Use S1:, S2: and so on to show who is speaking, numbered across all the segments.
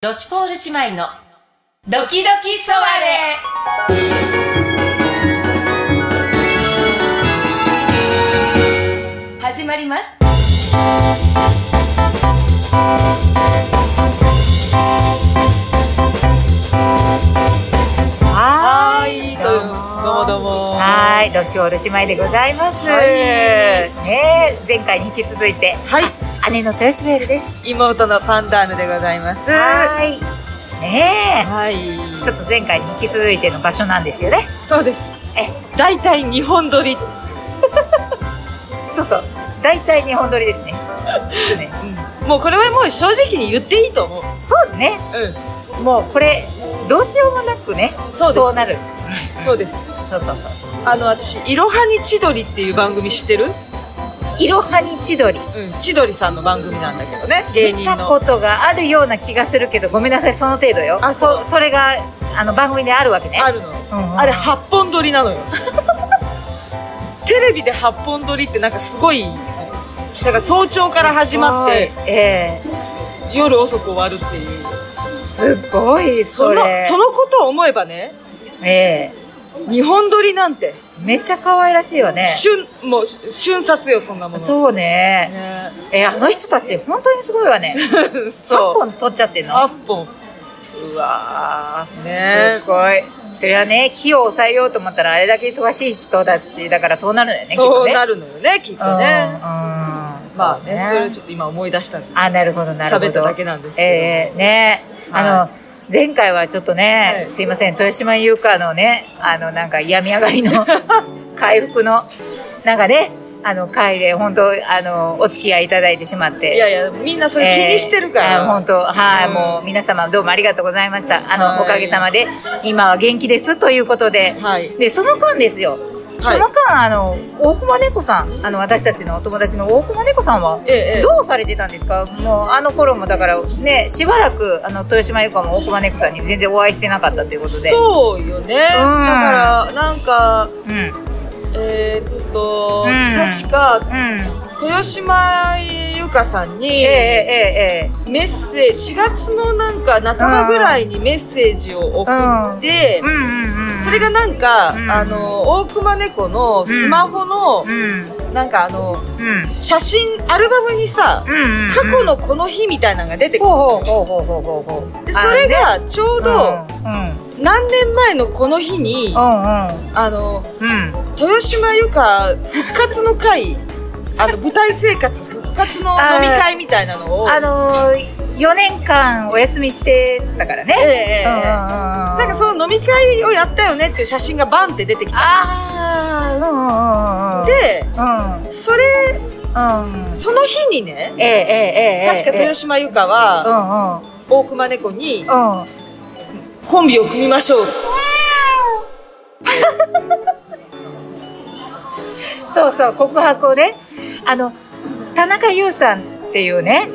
S1: ロシュポール姉妹のドキドキソワレ始まります
S2: は
S3: は
S2: ー
S3: ー
S2: い
S3: い、
S2: どうもどうもどうも
S3: はーい、ロシオール姉妹でございます。
S2: はい
S3: ねえ、前回に引き続いて、
S2: はい
S3: 姉の豊島エルです。
S2: 妹のパンダーヌでございます
S3: はーい。ね
S2: はい
S3: え、ちょっと前回に引き続いての場所なんですよね。
S2: そうです
S3: え、
S2: 大体日本撮り、
S3: そうそう、大体日本撮りですね。 常に
S2: もうこれはもう正直に言っていいと思う
S3: そうね、
S2: う
S3: もうこれ、どうしようもなくね、
S2: そうです
S3: なる。
S2: んそうです
S3: そうそうそう。
S2: あの私「いろはに千鳥」っていう番組知ってる
S3: いろはに千鳥。
S2: うん千鳥さんの番組なんだけどね芸人
S3: 見たこ
S2: の
S3: とがあるような気がするけど、ごめんなさい、その程度よ。
S2: あそう
S3: そそれが、あの、番組であるわけね。
S2: あるの
S3: うんうん
S2: あれ8本撮りなのよ テレビで8本撮りってなんかすごいだから早朝から始まって
S3: はいえ
S2: 夜遅く終わるっていう
S3: えすごい
S2: そ
S3: そ
S2: の
S3: れ
S2: そのことを思えばね
S3: え
S2: 日本撮りなんて、
S3: えめっちゃ可愛らしいわね
S2: 瞬もう瞬殺よそんなもの
S3: そうね
S2: ね
S3: えあの人たち本当にすごいわね8
S2: そう
S3: 本取っちゃってんの
S2: 8本
S3: うわー
S2: ね
S3: すごいそれはね火を抑えようと思ったらあれだけ忙しい人たちだからそうなるのよねきっ
S2: そ
S3: と
S2: う
S3: ね
S2: なるのよねきっと
S3: うんうん
S2: ねまあ
S3: そう
S2: ねそれをちょっと今思い出したんです
S3: あなるほどなるほど
S2: 喋っただけなんですけど
S3: ええねあの、
S2: は
S3: 前回はちょっとね、
S2: はい
S3: すいません豊島優香のねあのなんか病み上がりの 回復のなんかねあの回で本当あのお付き合いいただいてしまって
S2: いやいやみんなそれ気にしてるから、
S3: えーあ本当はい、
S2: うん
S3: もう皆様どうもありがとうございましたあの、
S2: はい
S3: おかげさまで今は元気ですということで、
S2: はい
S3: でその間ですよ、
S2: はい
S3: その間あの大熊猫さんあの私たちのお友達の大熊猫さんは
S2: ええええ
S3: どうされてたんですか、もうあの頃もだからねしばらくあの豊島由香も大熊猫さんに全然お会いしてなかったということで
S2: そうよね、だからなんか
S3: うんうん
S2: えーっと、
S3: うん
S2: 確か豊島由香さんに、
S3: ええええええ
S2: メッセージ4月のなんか半ばぐらいにメッセージを送って、
S3: うんうんうん
S2: それがなんか、
S3: うん
S2: あの大熊猫のスマホの
S3: う、んうん
S2: なんかあの
S3: うん
S2: 写真アルバムにさ、
S3: うん
S2: 過去のこの日みたいなのが出てくる
S3: ほうほうほうほうほうほう
S2: でそれがちょうど
S3: うん
S2: 何年前のこの日に、
S3: う
S2: あの
S3: んうんうん
S2: 豊島由香復活の会あの舞台生活復活の飲み会みたいなのを
S3: あのー、4年間お休みしてたからね
S2: ええええ
S3: うんうんうん
S2: なんかその飲み会をやったよねっていう写真がバンって出てきた
S3: ああうんうんうんうん
S2: で
S3: う
S2: それ
S3: んうん
S2: その日にね
S3: ええええええ
S2: 確か豊島由香は
S3: 島
S2: 大熊猫に
S3: うんうんうん
S2: コンビを組みましょう
S3: そうそう告白をねあの田中優さんっていうね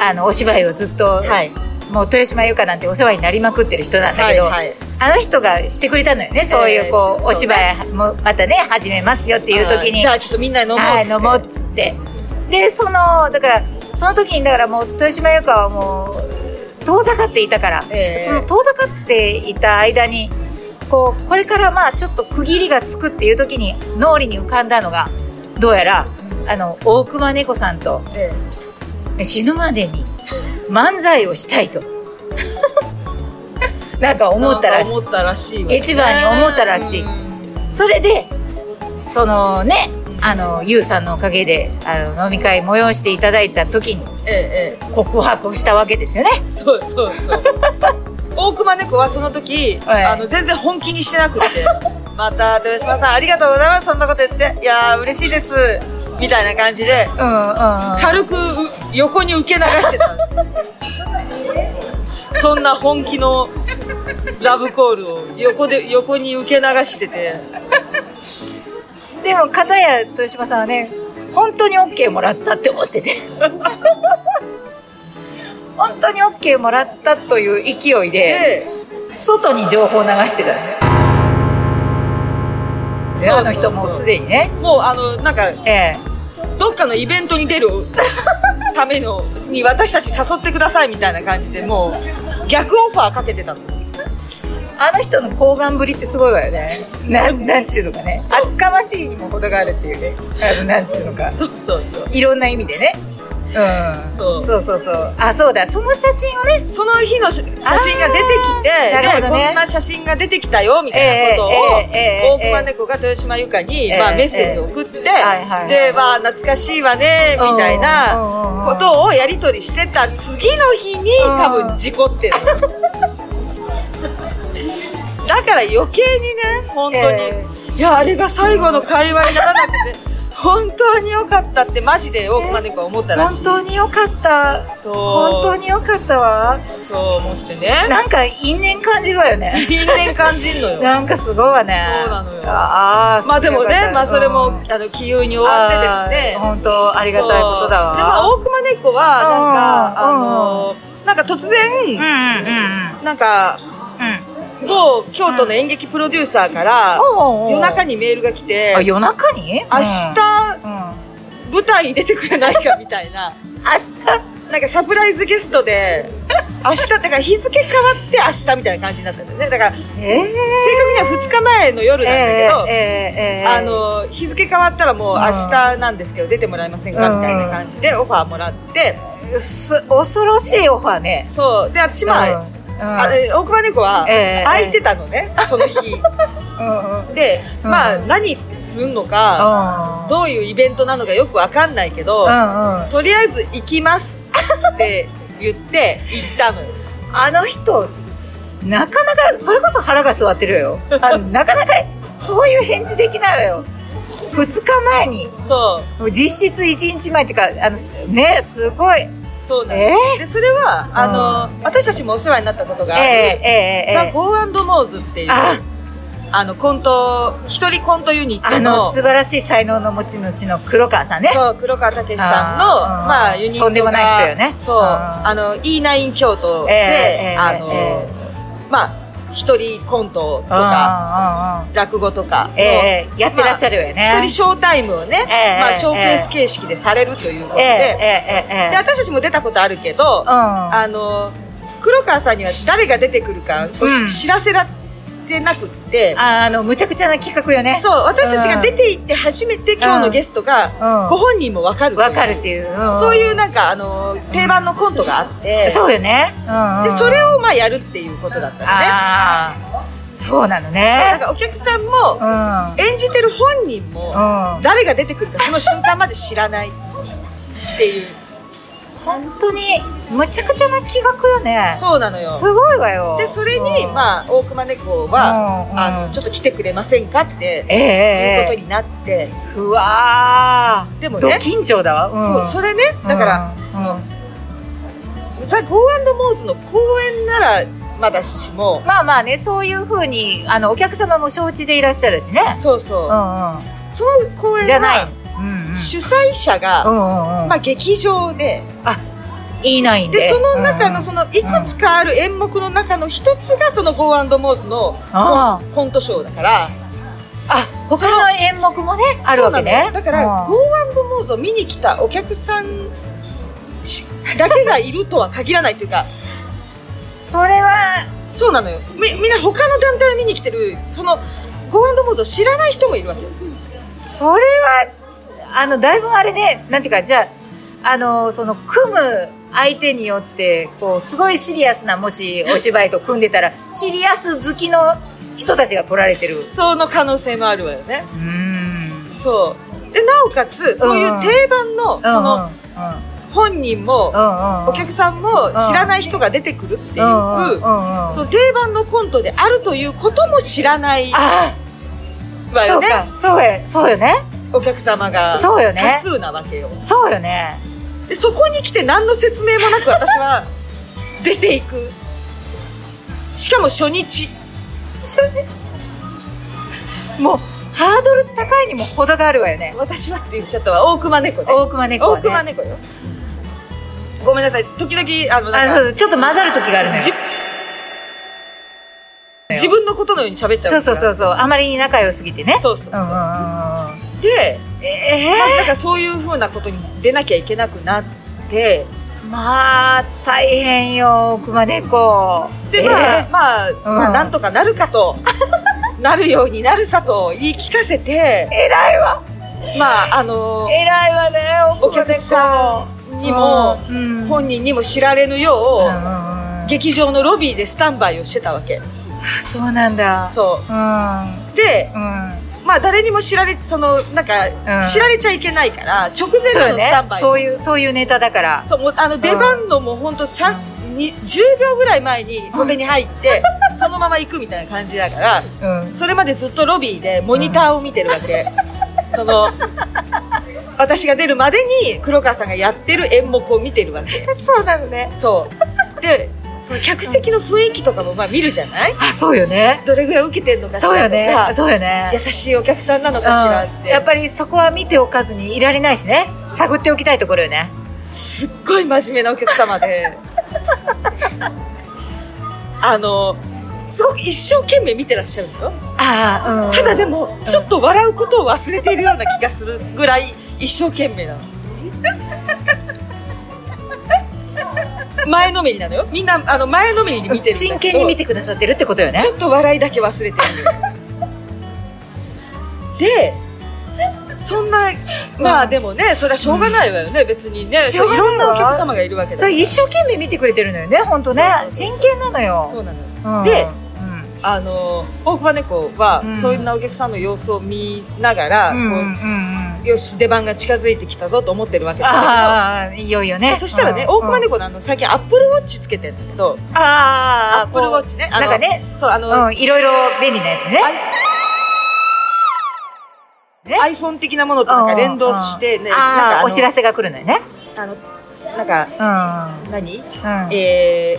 S3: あのお芝居をずっと、
S2: はい
S3: もう豊島優香なんてお世話になりまくってる人なんだけど、
S2: はいはい
S3: あの人がしてくれたのよねそういうこう、
S2: ええ
S3: お芝居もまたね始めますよっていう時に
S2: あーじゃあちょっとみんなで飲もう
S3: は
S2: っ
S3: い、飲もうっつってでそのだからその時にだからもう豊島優香はもう遠ざかっていたから、
S2: ええ
S3: その遠ざかっていた間にこうこれからまあちょっと区切りがつくっていう時に脳裏に浮かんだのがどうやらあの大熊猫さんと
S2: え
S3: 死ぬまでに漫才をしたいと なんか
S2: え
S3: 思ったらしい
S2: 思ったらしいわ
S3: 一番に思ったらしい
S2: うん
S3: それでそのねあのゆうさんのおかげであの飲み会催していただいた時に
S2: えええ
S3: 告白をしたわけですよね
S2: えそうそうそう大熊猫はその時
S3: はい
S2: あの全然本気にしてなくって また豊島さんありがとうございますそんなこと言っていやー嬉しいですみたいな感じで
S3: うんうんうん
S2: 軽くう横に受け流してた そんな本気のラブコールを横で横に受け流してて
S3: でも片や豊島さんはね本当に OK もらったって思ってて本当に OK もらったという勢いで
S2: で
S3: 外に情報を流してたんですよで
S2: そうそうそう
S3: あの人もうすでにね
S2: もうあのなんか
S3: ええ
S2: どっかのイベントに出るためのに私たち誘ってくださいみたいな感じでもう逆オファーかけてたの
S3: あの人の睾丸ぶりってすごいわよね。なん、なんちゅうのかね。
S2: そう
S3: 厚かましいにも程があるっていうね。あの、なんちゅうのか。
S2: そうそうそう
S3: いろんな意味でね。うん。
S2: そう
S3: そうそうそうあ、そうだ。その写真をね、
S2: その日の写真が出てき
S3: あーな
S2: て、
S3: るほ
S2: で
S3: どね
S2: こんな写真が出てきたよみたいなことを、
S3: ええええええ
S2: 大熊猫が豊島由香に、
S3: ええ
S2: まあ、メッセージを送って、
S3: はいはい
S2: で、まあ、懐かしいわねみたい
S3: うんうんうん
S2: なことをやり取りしてた次の日に
S3: うん
S2: 多分事故ってる だから余計にね本当に、
S3: え
S2: いやあれが最後の会話にならなくて本当に良かったってマジで大熊猫は思ったらしい、
S3: 本当に良かった。
S2: そう
S3: 本当に良かったわ。
S2: そう思ってね
S3: なんか因縁感じるわよ ね。
S2: 因縁感じんのよ
S3: なんかすごいわね。
S2: そうなのよ
S3: ああ、
S2: まあでも
S3: よかっ
S2: ね
S3: た
S2: まあそれも、
S3: うん
S2: あの気運に終わってですね
S3: あー本当ありがたいことだわ。
S2: そうでまあ大熊猫はなんか
S3: うん
S2: あのなんか突
S3: うん
S2: 然
S3: うん
S2: なんか
S3: うんうん。
S2: 某京都の演劇プロデューサーから夜中
S3: に
S2: にメールが来て
S3: あ
S2: 明
S3: 夜中に明
S2: 日
S3: うん、明
S2: 舞台に出てくれないかみたいななんかサプライズゲスト で明日だから日付変わって明日みたいな感じになったんだよねだから正
S3: 日えー、
S2: 確には2日前の夜なんだけ
S3: えー
S2: ど、
S3: えーえー
S2: あの日付変わったらもう
S3: うん
S2: 明日なんですけど出てもらえませんか
S3: うん
S2: みたいな感じでオファーもらって
S3: す恐ろしいオファーね
S2: そうで私まあ、
S3: うん
S2: あれ大熊猫は
S3: ええ
S2: 空いてたのねそ の日
S3: うんうん
S2: で
S3: うん
S2: まあ何すんのかどういうイベントなのかよくわかんないけど
S3: うんうん
S2: とりあえず行きますって言って行ったのよ
S3: あの人なかなかそれこそ腹が座ってる よあのなかなかそういう返事できないわよ2日前に
S2: そう
S3: 実質1日前っていうかあのねすごい
S2: そうなんです、でそれはあの、私たちもお世話になったことがある、
S3: えーえーえー
S2: ザ・ゴーアンドモーズっていう
S3: あ
S2: あのコント一人コントユニッ
S3: あ
S2: ト
S3: の
S2: の
S3: 素晴らしい才能の持ち主の黒川さんね
S2: そう黒川武さんの
S3: あー
S2: まあ、ユニットが
S3: とんでもない人よね
S2: そう
S3: あ
S2: あ
S3: ー
S2: の E9 京都で、
S3: ええ
S2: あの、
S3: え
S2: まあ一人コントと
S3: うん
S2: か
S3: うんうん
S2: 落語とかの、
S3: ええやってらっしゃるよね。
S2: 一人ショータイムをね、
S3: ええ
S2: まあ、
S3: ええ
S2: ショーケース形式でされるということ
S3: え
S2: で,、
S3: ええええ
S2: で
S3: え
S2: 私たちも出たことあるけど、
S3: うん。あ
S2: あの黒川さんには誰が出てくる
S3: う
S2: か、
S3: ん
S2: 知らせられなくって
S3: あの、むちゃくちゃな企画よね。
S2: そう私たちが出て行って初めて今日のゲスト
S3: うん
S2: がご本人も分かる
S3: わかるっていう。ん
S2: そういうなんかあの定番のコントがあって
S3: そうよね。うんうん
S2: でそれをまあやるっていうことだったのね
S3: ああ。そうなの
S2: だ
S3: ね
S2: か。らお客さんも
S3: うん。うん。
S2: 演じてる本人も誰が出てくるかその瞬間まで知らないっていう
S3: 本当に、むちゃくちゃな企画よね。
S2: そうなのよ
S3: すごいわよ。
S2: でそれに
S3: うん
S2: まあ大熊猫
S3: う
S2: は
S3: んうん
S2: あのちょっと来てくれませんかって
S3: ええ
S2: いう
S3: え
S2: こと
S3: え
S2: になって
S3: うわー
S2: でもね
S3: ド緊張だわ。
S2: そうそ
S3: れ
S2: れねだから、
S3: その、
S2: ザ・ゴーアンドモーズの公演ならまだしも
S3: まあまあね、そういうふうに、あの、お客様も承知でいらっしゃるしね。
S2: そうそう
S3: ん
S2: う、
S3: うん。
S2: その公演は
S3: じゃない。うんうん
S2: 主催者が、
S3: うんうん
S2: まあ、劇場で
S3: いないんで。
S2: でその中の
S3: うん
S2: そのいくつかある演目の中の一つがそのゴーアンドモーズの
S3: あ
S2: コントショーだから
S3: あ、他の演目もね、あるわけね
S2: そうなの。だから
S3: うん
S2: ゴーアンドモーズを見に来たお客さんしだけがいるとは限らないというか
S3: それは、
S2: そうなのよみみんな他の団体を見に来てるそのゴーアンドモーズを知らない人もいるわけよ
S3: それは、あの、だいぶあれね、なんていうか、じゃあ、あの、その、組む相手によって、こう、すごいシリアスな、もしお芝居と組んでた ら、シリアス好きの人たちが来られてる。
S2: その可能性もあるわよね
S3: うーん。
S2: そうでなおかつそういう定番のその本人も
S3: の
S2: お客さんも知らない人が出てくるっていうそ
S3: ん
S2: の定番のコントであるということも知らない
S3: あ
S2: わ
S3: あ、そ
S2: よ
S3: う
S2: ね
S3: か。そうや、そうよね。
S2: お客様が
S3: そうよね
S2: 多数なわけよ
S3: そうよね。
S2: でそこに来て何の説明もなく私は 出ていくしかも初日
S3: もうハードル高いにも程があるわよね
S2: 私はって言っちゃったわ大熊猫で
S3: 大熊猫は
S2: 大
S3: ね
S2: 熊猫よごめんなさい時々あのなん
S3: あ
S2: か
S3: そうちょっと混ざる時があるのよ
S2: じ自分のことのように喋っちゃう
S3: そうそうそううそうあまりに仲良すぎてね
S2: そうそう
S3: うんうんうんうん
S2: で、
S3: え
S2: まあ、なんかそういうふうなことに出なきゃいけなくなって
S3: えまあ大変よ熊猫
S2: で、
S3: え
S2: まあ
S3: ー
S2: まあ、まあ
S3: うん
S2: なんとかなる かとなるようになるさと言い聞かせて
S3: 偉いわ
S2: まああの
S3: 偉いわね
S2: お客さんにも、
S3: うんうんうん
S2: 本人にも知られぬよ
S3: うん
S2: う、
S3: うんうん
S2: 劇場のロビーでスタンバイをしてたわけ
S3: そうなんだ
S2: そう
S3: うん
S2: うで
S3: うん
S2: まあ誰にも知られそのなんか、
S3: うん
S2: 知られちゃいけないから直
S3: そう
S2: 前
S3: よ
S2: のスタン
S3: ね
S2: バイ
S3: そういうそういうネタだから
S2: そうもうあの出番のもうほんとさに10秒ぐらい前に袖に入って、そのまま行くみたいな感じだから
S3: うん
S2: それまでずっとロビーでモニターを見てるわけ、その私が出るまでに黒川さんがやってる演目を見てるわけ
S3: そうなのね
S2: そうでその客席の雰囲気とかもまあ見るじゃない
S3: あそうよね
S2: どれぐらい受けてんのかしら
S3: そうよ
S2: と
S3: ね
S2: か、
S3: そうよね
S2: 優しいお客さんなのかしらっ
S3: うん
S2: て
S3: やっぱりそこは見ておかずにいられないしね探っておきたいところよね
S2: すっごい真面目なお客様 であのすごく一生懸命見てらっしゃるのよ
S3: ああうん
S2: ただでもちょっと笑うことを忘れているような気がするぐらい一生懸命なの前のめりなのよみんなあの前のめりに見てるんだけど
S3: 真剣に見てくださってるってことよね
S2: ちょっと笑いだけ忘れてるでそんなまあでもねそれはしょうがないわよね、別にね
S3: しょう
S2: そう
S3: が
S2: い
S3: ないわ
S2: ろんなお客様がいるわけだ
S3: そ
S2: か
S3: れ
S2: ら
S3: 一生懸命見てくれてるのよね本当ね
S2: そうそう
S3: 真剣なのよ
S2: そうなのよ
S3: うん
S2: で
S3: うん
S2: あの大熊猫は、
S3: うん
S2: そんなお客さんの様子を見ながら、
S3: うんうん
S2: こ
S3: うん
S2: うよし出番が近づいてきたぞと思ってるわけだ
S3: ああいよいよ
S2: け
S3: ね
S2: どそしたらね、大熊猫のあの最近アップルウォッチつけてんだけど
S3: ああ
S2: アップルウォッチねあの
S3: なんかね
S2: そうあの、
S3: うんいろいろ便利なやつね
S2: iPhone 的なものとなんか連動して、ね、
S3: あー
S2: なんかあの
S3: お知らせが来るのよね
S2: あのなんか
S3: うん
S2: 何
S3: うん
S2: えー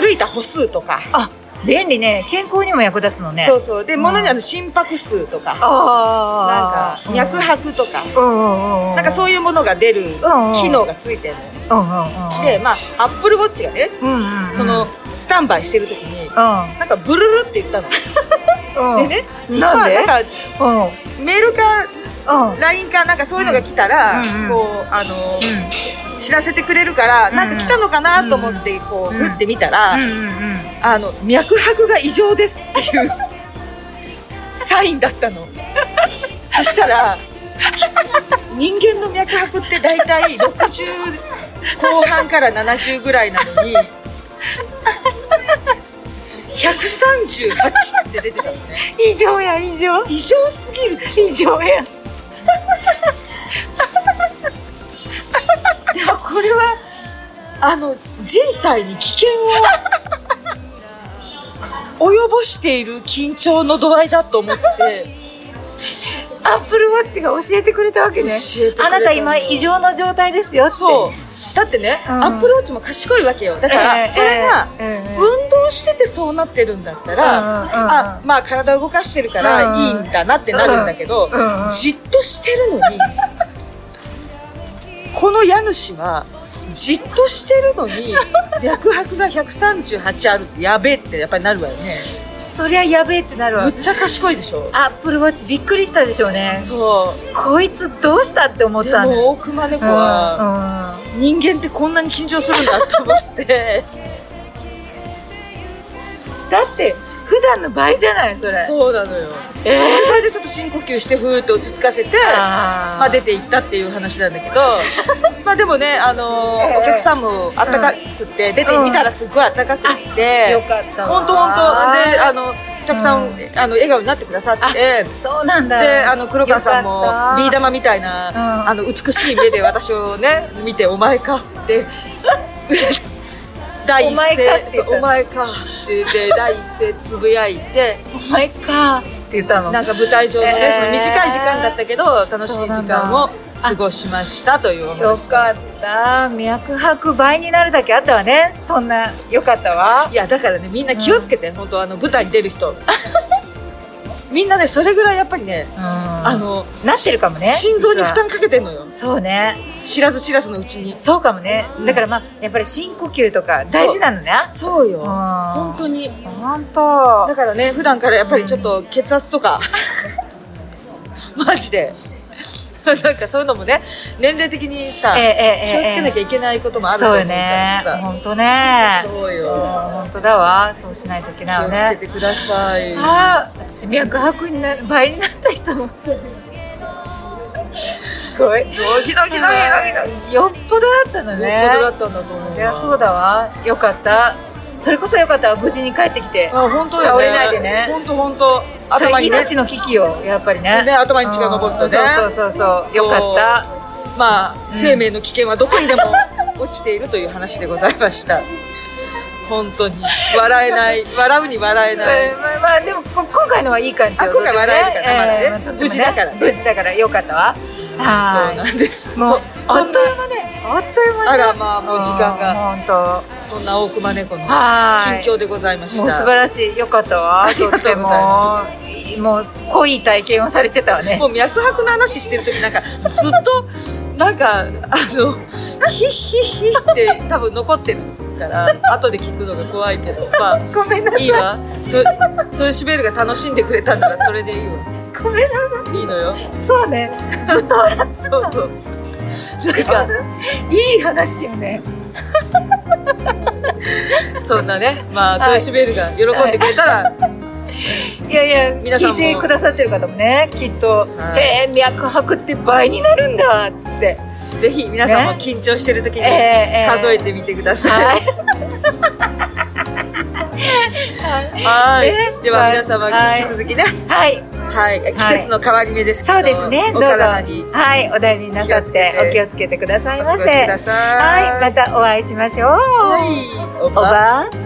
S2: 歩いた歩数とか、
S3: あ便利ね健康にも役立つのね
S2: そうそうで
S3: うん
S2: ものにあの心拍数とか、なん
S3: あ
S2: か
S3: あ
S2: 脈拍とか、
S3: うんうんうん
S2: なんかそういうものが出る
S3: うんうん
S2: 機能がついてるの、
S3: うんうんうん
S2: でまあアップルウォッチがね
S3: うんうん
S2: その、スタンバイしてる時に
S3: う
S2: なんかブルルって言ったの、
S3: んうん
S2: でね
S3: なんで
S2: まあ、なんか
S3: うんうん
S2: メールか
S3: うん
S2: LINE かなんかそういうのが来たら、
S3: うんうん
S2: こうあの知らせてくれるから、
S3: うん
S2: なんか来たのかなと思ってこう、
S3: うん
S2: 振ってみたら、
S3: うんうんうん
S2: あの脈拍が異常ですっていうサインだったのそしたら人間の脈拍って大体60後半から70ぐらいなのに138って出てたのね
S3: 異常や異常
S2: 異常すぎるでしょ
S3: 異常や
S2: いやこれはあの人体に危険を及ぼしている緊張の度合いだと思って。
S3: アップルウォッチが教えてくれたわけね
S2: 教えてくれたの
S3: あなた今異常の状態ですよって
S2: そうだってね、
S3: うん
S2: アップルウォッチも賢いわけよだから、
S3: ええ
S2: それが、
S3: ええええ
S2: 運動しててそうなってるんだったら、
S3: うんうんうん
S2: あまあ体動かしてるか
S3: う
S2: ら
S3: ん
S2: いいんだなってなるんだけど、
S3: うんうん
S2: じっとしてるのに この家主はじっとしてるのに 脈拍が138あるってやべえってやっぱりなるわよね
S3: そりゃやべえってなるわ
S2: むっちゃ賢いでしょ
S3: アップルウォッチびっくりしたでしょうね
S2: そう
S3: こいつどうしたって思っ
S2: で
S3: たね
S2: も大熊猫
S3: うん
S2: は、
S3: うん
S2: 人間ってこんなに緊張するんだと思って
S3: だって普段の倍じゃない それ
S2: そうなのよ、
S3: え
S2: それでちょっと深呼吸してふーって落ち着かせて
S3: あー
S2: まあ、出て行ったっていう話なんだ けどまあでもね、あの
S3: ええ
S2: お客さんもあったかくって、出てみたらすごいあったかくって、
S3: よかったわ
S2: 本当本当であのお客さん、
S3: う
S2: あの笑顔になってくださって。
S3: そうなんだ
S2: であの黒川さんも
S3: よかった
S2: ビー玉みたいな、
S3: うん
S2: あの美しい目で私をね見て「お前か」って 第一
S3: お前かって言った
S2: 声そうお前か」って言って第一声つぶやいて
S3: お前かって言ったの
S2: なんか舞台上のね、
S3: えー
S2: その短い時間だったけど楽しい時間を過ごしましたというお
S3: よ
S2: 話
S3: かった脈拍倍になるだけあったわねそんなよかったわ
S2: いやだからねみんな気をつけて、本当あの舞台に出る人 みんなねそれぐらいやっぱりね、
S3: あ
S2: あの
S3: なってるかもね
S2: 心臓に負
S3: 実
S2: 担かけてんのよ
S3: はそうね
S2: 知らず知らずのうちに
S3: そうかもね
S2: うん
S3: だからまあやっぱり深呼吸とか大事なのね
S2: そうよ、
S3: 本
S2: 本当に
S3: 当本当
S2: だからね 普段からやっぱりちょっと血圧とか、マジでなんかそういうのもね年齢的にさ、
S3: えええ
S2: 気を
S3: えええ
S2: つけなきゃいけないこともあると
S3: そう
S2: 思う
S3: よ
S2: から
S3: ね
S2: さ
S3: 本当ね
S2: そう
S3: うん
S2: よ
S3: 本当だわそうしないといけ
S2: 気
S3: ないよ
S2: をつ
S3: ね
S2: けてください
S3: ああ私脈拍になる倍になった人もすごいドキドキドキドキドキよっぽどだったの
S2: よっぽど
S3: ね
S2: だったんだと思う
S3: いやそうだわよかったそれこそよかったわ無事に帰ってきて
S2: あ本当
S3: 倒
S2: よね
S3: れないでね
S2: 本当本当
S3: そ
S2: 頭
S3: れ
S2: にね
S3: 命の危機よやっぱりね
S2: ね頭に血が上るとね
S3: うんそうそうそうそうよかった
S2: まあ、生命の危険はどこにでも落ちているという話でございました。本当に笑えない笑うに笑えない。
S3: うんまあまあでもこ今回のはいい感じよ
S2: あ今回笑えるからまだね
S3: ええとても
S2: 無事だからね
S3: 無事だからよかったわ
S2: そ
S3: は
S2: う
S3: ーい
S2: なんです。
S3: もう
S2: そ
S3: あ
S2: そ
S3: っ
S2: ん
S3: と
S2: な
S3: いう間ねあっという間ね
S2: あらまあもう時間が
S3: うん本
S2: そんな大熊猫の
S3: 当はーい
S2: 近況でございました。
S3: もう素晴らしいよかったわ
S2: ありがとうございま
S3: とってももう濃い体験をされてたわね
S2: もう脈拍の話してる時なんかずっとなんかあのヒッヒッヒッって多分残ってるから後で聞くのが怖いけどまあ
S3: ごめんない
S2: いわと豊島ベルが楽しんでくれたんならそれでいいわ。
S3: ごめんない
S2: いのよ。
S3: そうね
S2: そうそう。なんか、
S3: いい話よね
S2: そんなね、まあ、
S3: はい
S2: 豊島ベルが喜んでくれたら、
S3: いやいや
S2: 皆さん
S3: 聞い
S2: も
S3: てくださってる方もねきっと「
S2: はい
S3: えー、脈拍って倍になるんだ」って、
S2: ぜひ皆さんも
S3: ね
S2: 緊張してる時に
S3: ええええ
S2: 数えてみてくださ。
S3: はいい、
S2: はい。
S3: ね
S2: では
S3: はい
S2: 皆様
S3: はい
S2: 引き続きね、
S3: はい、
S2: はい、季節の変わり目ですけど、
S3: そうですねど
S2: お
S3: うぞ
S2: 体に
S3: はい、お大事になさってお気
S2: 気
S3: をつけてくださ
S2: お
S3: いま
S2: 過
S3: せ
S2: ごしください。
S3: はいまたお会いしましょう、
S2: はい、お
S3: お
S2: ば。
S3: ばあ